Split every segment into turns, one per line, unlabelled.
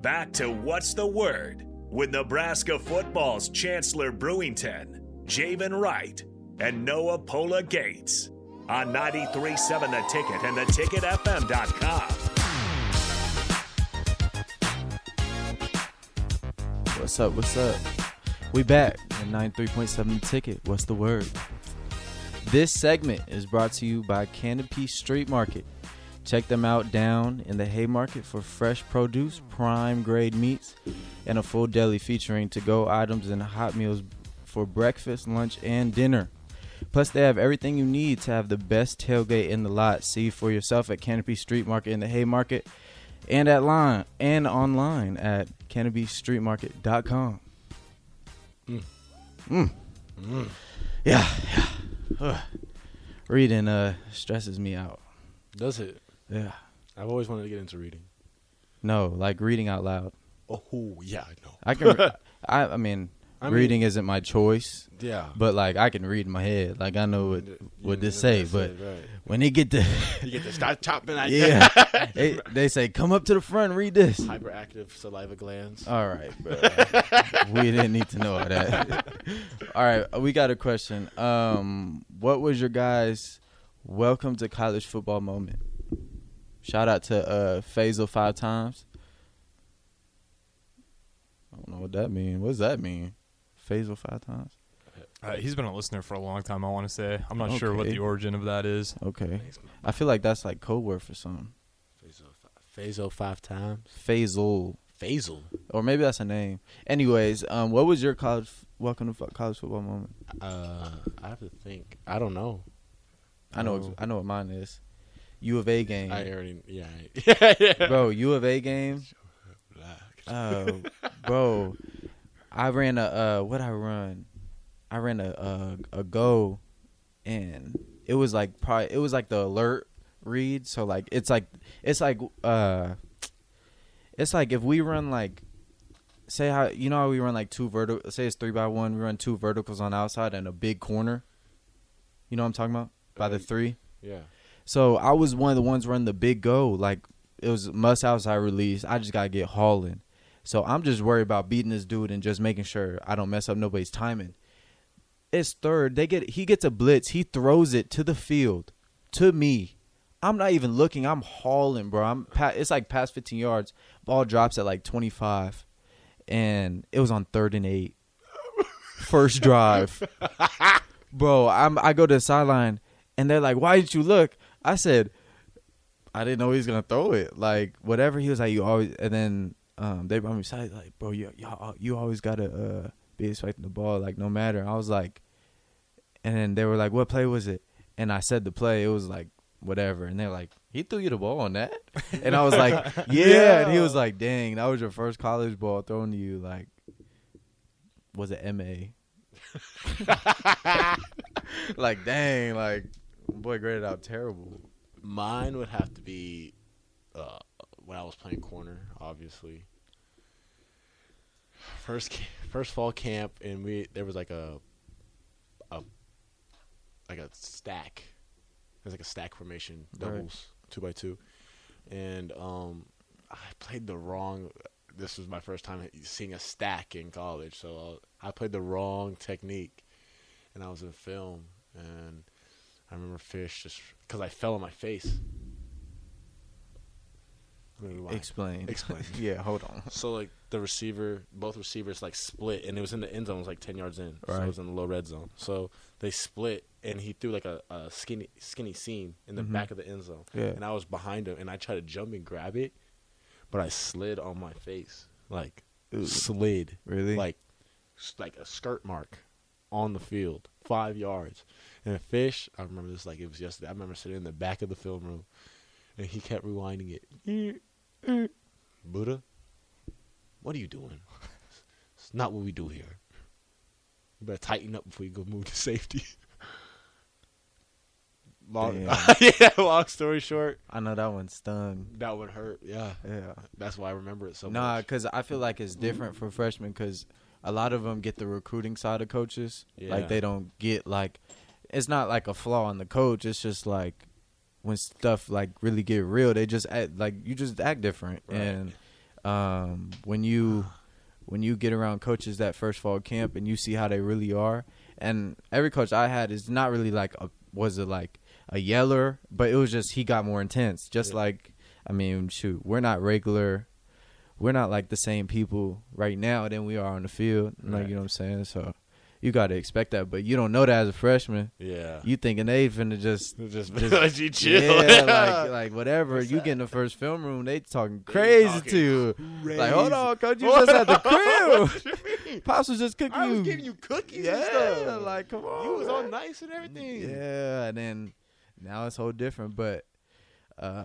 Back to What's the Word with Nebraska football's Chancellor Brewington, Javen Wright, and Noah Pola Gates on 937 The Ticket and theticketfm.com.
What's up? What's up? We back at 93.7 The Ticket. What's the word? This segment is brought to you by Canopy Street Market. Check them out down in the Haymarket for fresh produce, prime grade meats, and a full deli featuring to go items and hot meals for breakfast, lunch, and dinner. Plus, they have everything you need to have the best tailgate in the lot. See for yourself at Canopy Street Market in the Haymarket and at line and online at canopystreetmarket.com. Mm. Yeah, yeah. Ugh. Reading uh stresses me out.
Does it?
Yeah.
I've always wanted to get into reading.
No, like reading out loud.
Oh yeah, I know.
I can. I I mean,
I mean-
reading isn't my choice,
Yeah,
but like I can read in my head. Like I know what what
Yeah,
this say,
that's
but
it, right.
when they get to
you get to start chopping. Like yeah,
yeah, they, they say come up to the front, read this.
hyperactive saliva glands.
All right, bro. we didn't need to know all that. All right, we got a question. Um, what was your guys' welcome to college football moment? Shout out to uh Faisal five times. I don't know what that means. What does that mean? Faisal five times.
Uh, he's been a listener for a long time. I want to say I'm not sure what
Okay.
the origin of that is.
Okay, I feel like that's like code word for something.
oh, Faisal five times.
Faisal,
Faisal.
or maybe that's a name. Anyways, um, what was your college welcome to fo- college football moment?
Uh, I have to think. I don't know.
I know.
Oh.
I know what mine is. U of A game.
I already. Yeah. I, yeah.
bro, U of A game. Oh, bro, I ran a uh, what I run? I ran a, a a go, and it was like probably it was like the alert read. So like it's like it's like uh, it's like if we run like. Say how you know how we run like two vertical. Say it's three by one. We run two verticals on the outside and a big corner. You know what I'm talking about by the
Uh,
three.
yeah.
So I was one of the ones running the big go. Like it was must outside release. I just gotta get hauling. So I'm just worried about beating this dude and just making sure I don't mess up nobody's timing. It's third. They get he gets a blitz. He throws it to the field to me. I'm not even looking. I'm hauling, bro. I'm pa- it's like past 15 yards. Ball drops at like 25, and it was on third and eight. First drive bro, I'm I go to the sideline and they're like, "Why didn't you look?" I said, "I didn't know he was gonna throw it." Like whatever he was like, you always and then um, they brought me aside like, "Bro, you y'all, uh, you always gotta uh, be expecting the ball like no matter." I was like, and then they were like, "What play was it?" And I said the play. It was like whatever, and they're like. He threw you the ball on that, and I was like, "Yeah." And he was like, "Dang, that was your first college ball thrown to you." Like, was it MA? like dang, like boy graded out terrible.
Mine would have to be uh, when I was playing corner, obviously. First, ca- first fall camp, and we there was like a, a, like a stack. It was like a stack formation,
Right.
doubles, two by two, and um, I played the wrong. This was my first time seeing a stack in college, so I played the wrong technique, and I was in film, and I remember fish just because I fell on my face. Let me rewind.
Explain.
Explain.
yeah, hold on.
so like the receiver, both receivers like split, and it was in the end zone. It was like ten yards in, so
Right.
it was in the low red zone. So they split, and he threw like a, a skinny skinny seam in the
Mhm.
back of the end zone.
Yeah.
And I was behind him, and I tried to jump and grab it, but I slid on my face, like
Ooh.
slid,
Really?
like s- like a skirt mark on the field, five yards. And Fish, I remember this like it was yesterday. I remember sitting in the back of the film room, and he kept rewinding it. Buddha, what are you doing? It's not what we do here. You better tighten up before you go move to safety. long,
Damn.
yeah. Long story short,
I know that one stung.
that would hurt. Yeah,
Yeah.
that's why I remember it so
Nah,
much.
because I feel like it's different for freshmen because a lot of them get the recruiting side of coaches.
Yeah.
Like they don't get like, it's not like a flaw in the coach. It's just like when stuff like really get real, they just act like you just act different
Right.
and. um, when you when you get around coaches that first fall camp and you see how they really are. And every coach I had is not really like a was it like a yeller, but it was just he got more intense. Just
Yeah.
like I mean, shoot, we're not regular. We're not like the same people right now than we are on the field. Like
Right.
you know what I'm saying? So you gotta expect that, but you don't know that as a freshman.
Yeah.
You thinking they finna just
just,
just-
let you chill.
yeah, like like whatever. you get in the first film room, they talking crazy
talking
to you. Like, hold
crazy.
on, coach, you just at the crib.
you mean?
Pops was just cooking
I
you.
was giving you cookies
yeah,
and stuff.
like come on.
you was
man.
all nice and everything.
Yeah, and then now it's whole different, but uh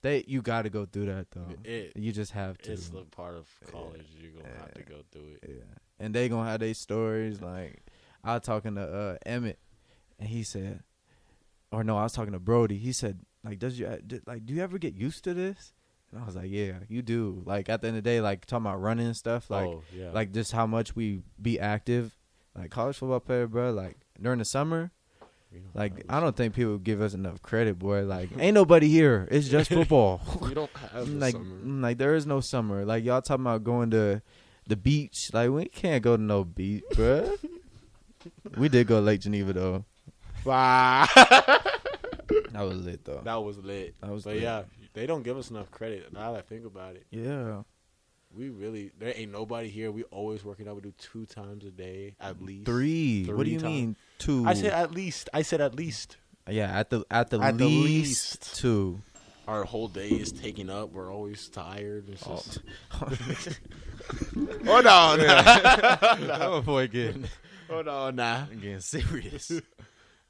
they you got to go through that though.
It-
you just have to.
It's the part of college you're gonna have to go through it.
Yeah. And they gonna have their stories. Like I was talking to uh Emmett and he said or no, I was talking to Brody. He said, like, does you d- like do you ever get used to this? And I was like, Yeah, you do. Like at the end of the day, like talking about running and stuff, like
oh, yeah.
like just how much we be active. Like college football player, bro, like during the summer,
We don't
like
have
I
a-
don't think people give us enough credit, boy. Like ain't nobody here. It's just football.
we don't have
I'm
a
like
summer.
I'm like there is no summer. Like y'all talking about going to the beach. Like we can't go to no beach, bruh. we did go to Lake Geneva though. That was lit though.
that was lit.
That was
but
lit.
yeah, they don't give us enough credit. Now that I think about it,
yeah.
we really there ain't nobody here. We always working out. We do two times a day at least.
Mm, Three. what do
Three
you
times.
mean two?
I said at least. I said at least.
yeah, at the at the,
At
least,
the least.
two.
Our whole day is taken up. We're always tired. It's just, oh. no,
Oh boy, getting
oh no, nah.
getting serious.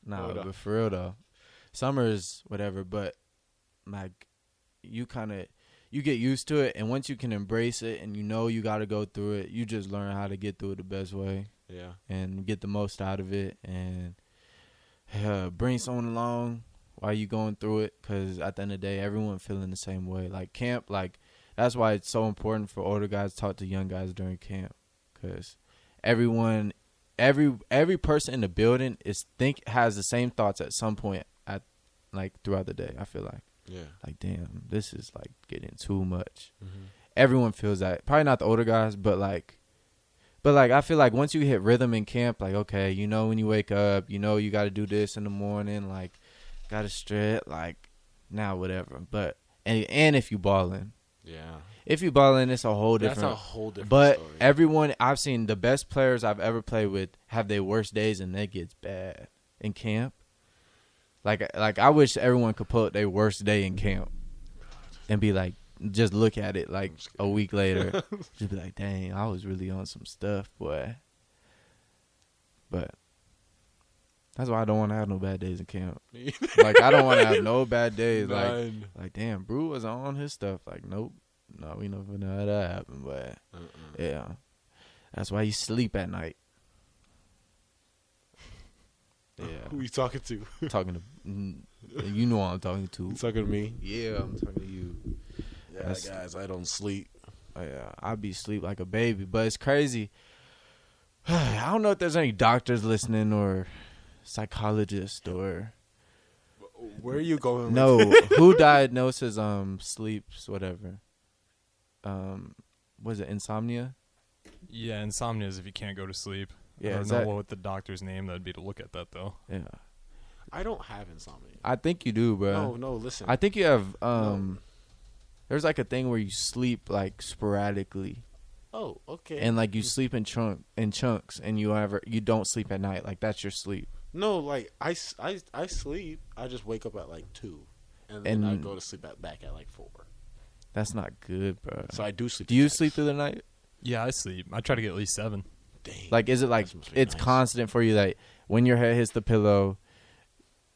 nah,
Hold up.
but for real though, summer is whatever. But like, you kind of you get used to it, and once you can embrace it, and you know you got to go through it, you just learn how to get through it the best way
Yeah,
and get the most out of it, and uh, bring someone along while you going through it. Because at the end of the day, everyone feeling the same way. Like camp, like that's why it's so important for older guys to talk to young guys during camp, because everyone every every person in the building is think has the same thoughts at some point at like throughout the day. I feel like
yeah.
like damn, this is like getting too much.
Mm-hmm.
Everyone feels that. Probably not the older guys, but like but like I feel like once you hit rhythm in camp, like okay, you know when you wake up, you know you got to do this in the morning, like got to stretch, like now whatever. But and and if you balling,
Yeah,
if you balling, it's a whole
that's
different
a whole different.
but
story.
everyone I've seen the best players I've ever played with have their worst days and that gets bad in camp. Like like I wish everyone could put up their worst day in camp and be like just look at it like a week later. just be like, dang, I was really on some stuff, boy. But that's why I don't want to have no bad days in camp. Like I don't want to have no bad days. Like
None.
like damn, Brew was on his stuff. Like, nope, no, we never know how that happened. But
Uh-uh.
yeah, that's why you sleep at night.
Who
Yeah,
you talking to?
talking to mm, you know who I'm talking to.
You talking to me?
Yeah, I'm talking to you.
Yeah,
That's-
guys, I don't sleep.
Oh, yeah, I be sleep like a baby, but it's crazy. I don't know if there's any doctors listening or psychologists or
Where are you going? with
no who diagnoses um sleeps whatever um was it insomnia
Yeah, insomnia is if you can't go to sleep.
Yeah,
I don't
is
know
that-
what the doctor's name that'd be to look at that though.
yeah
I don't have insomnia.
I think you do, bro.
no, no, listen.
I think you have um there's like a thing where you sleep like sporadically
oh, okay.
and like you sleep in chunk in chunks and you ever you don't sleep at night. Like that's your sleep.
no, like I, s- I- I sleep. I just wake up at like two, and then I
And-
go to sleep at back at like four.
That's not good, bro.
So I do sleep.
do you
at night.
sleep through the night?
Yeah, I sleep. I try to get at least seven.
Dang.
Like is it like
That's supposed to be
it's
nice.
constant for you that when your head hits the pillow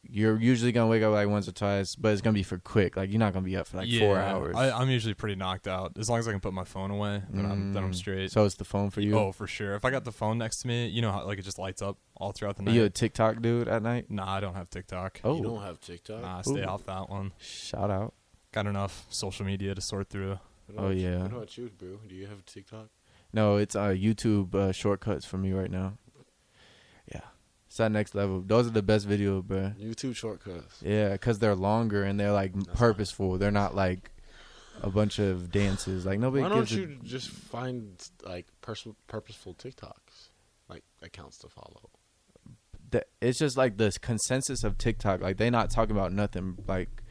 you're usually gonna wake up like once or twice, but it's gonna be for quick. Like you're not gonna be up for like four
Yeah,
hours.
I, I'm usually pretty knocked out. As long as I can put my phone away, then I'm then I'm
Mm.
straight.
So it's the phone for you.
oh, for sure. If I got the phone next to me, you know how like it just lights up all throughout the
Are
night.
you a TikTok dude at night?
Nah, I don't have TikTok.
Oh,
you don't have TikTok.
Nah, I stay
Ooh.
off that one.
shout out.
Got enough social media to sort through.
What
oh,
about you-
yeah.
What about you, bro? Do you have TikTok?
No, it's uh, YouTube uh, shortcuts for me right now. Yeah, it's that next level. Those are the best video, bro.
YouTube shortcuts.
Yeah, cause they're longer and they're like
That's
purposeful. They're not like a bunch of dances. Like nobody
Why don't
gives a-
you just find like personal, purposeful TikToks, like accounts to follow?
the, it's just like the consensus of TikTok. Like they not talking about nothing like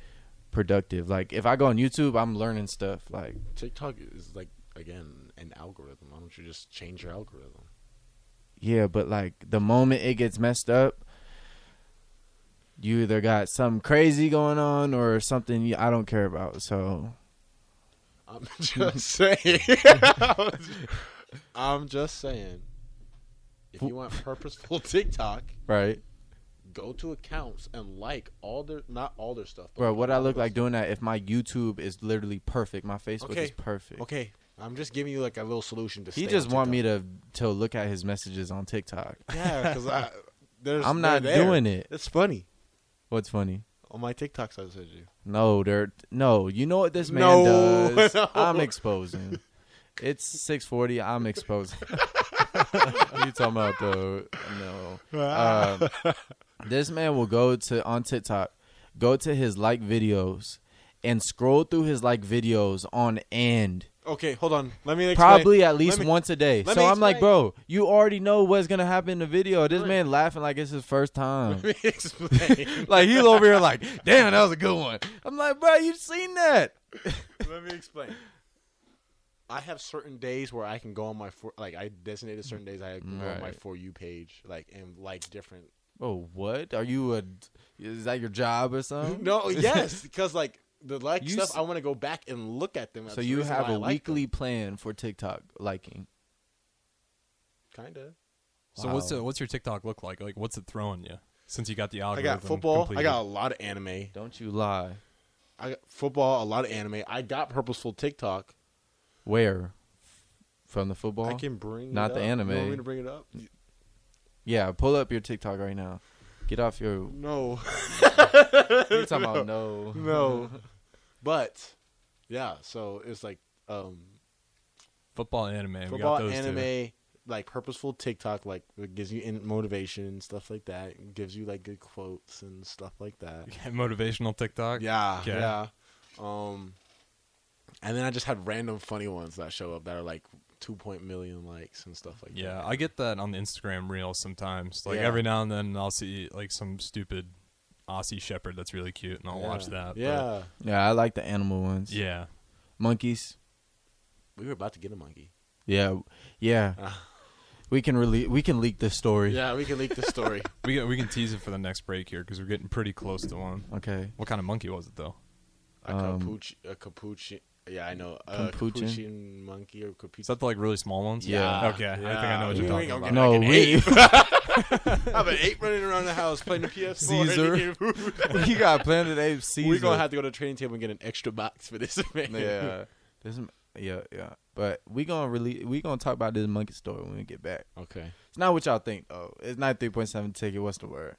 productive. Like if I go on YouTube, I'm learning stuff. Like
TikTok is like again an algorithm. Why don't you just change your algorithm?
yeah, but like the moment it gets messed up, you either got something crazy going on or something you, I don't care about. So
I'm just saying. I'm just saying. If you want purposeful TikTok,
right,
go to accounts and like all their not all their stuff. but
bro, what
a
I
lot
look
of
like
their
doing that if my YouTube is literally perfect, my Facebook
Okay.
is perfect.
stuff. Okay, I'm just giving you like a little solution to.
He just want me to to look at his messages on TikTok.
Yeah, because I. There's,
I'm
they're
not
there.
doing it.
It's funny.
What's funny?
On my TikToks, I said you.
No, they're no. You know what this man
No,
does?
no.
I'm exposing. It's six forty. I'm exposing. you talking about though? No. Um, this man will go to on TikTok, go to his like videos, and scroll through his like videos on end.
Okay, hold on. Let me explain.
Probably at least
Let me-
once a day.
let
So
me
I'm like,
explain.
bro, you already know what's gonna happen in the video. This
Let-
man laughing like it's his first time.
Let me explain.
like he's over here like, damn, that was a good one. I'm like, bro, you seen that?
Let me explain. I have certain days where I can go on my for like I designated certain days I can go on my
Right.
for you page like and like different.
Oh, what? Are you a? Is that your job or something?
No, yes, because like the like
Oh. You
stuff
s-
I want to go back and look at them. That's
So
the
you
reason
have
why I
a
like
weekly plan for TikTok liking.
them. kinda.
So what's
Wow.
uh, what's your TikTok look like? Like what's it throwing you since you got the
I
algorithm?
got football. I
completed?
got a lot of anime.
Don't you lie.
I got football, a lot of anime. I got purposeful TikTok.
Where? From the football?
I can bring
Not
it
the
up. You want
anime.
me to bring it up?
Yeah, pull up your TikTok right now. Get off your.
No.
You talking about no?
no. But yeah, so it's like um
football anime. we got
football
those
anime,
Two.
like purposeful TikTok, like it gives you in- motivation and stuff like that. It gives you like good quotes and stuff like that.
Motivational TikTok.
Yeah,
Okay.
yeah. Um, and then I just had random funny ones that show up that are like two point million likes and stuff like
Yeah,
that.
I get that on the Instagram reels sometimes. Like
Yeah.
every now and then, I'll see like some stupid Aussie Shepherd that's really cute, and I'll watch that. but-
Yeah,
Yeah, I like the animal ones.
yeah.
Monkeys.
we were about to get a monkey.
Yeah, yeah. we can really we can leak this story.
Yeah, we can leak the story.
We can, we can tease it for the next break here because we're getting pretty close to one.
Okay.
What kind of monkey was it though?
a
Um,
capuchin, a capuchin. Yeah, I know. A
Capuchin?
capuchin monkey or capuchin.
Is that the like really small ones?
Yeah.
Okay, I think I know what you're
Yeah.
talking
We ain't
about.
gonna
No,
like an
we
I have an ape running around the house playing the PS4.
Caesar. we got Planet Apes. Caesar.
We're gonna have to go to the training table and get an extra box for this man.
yeah. This m- yeah, yeah. But we gonna really we gonna talk about this monkey story when we get back.
Okay.
It's not what y'all think though. It's not three point seven ticket. What's the word?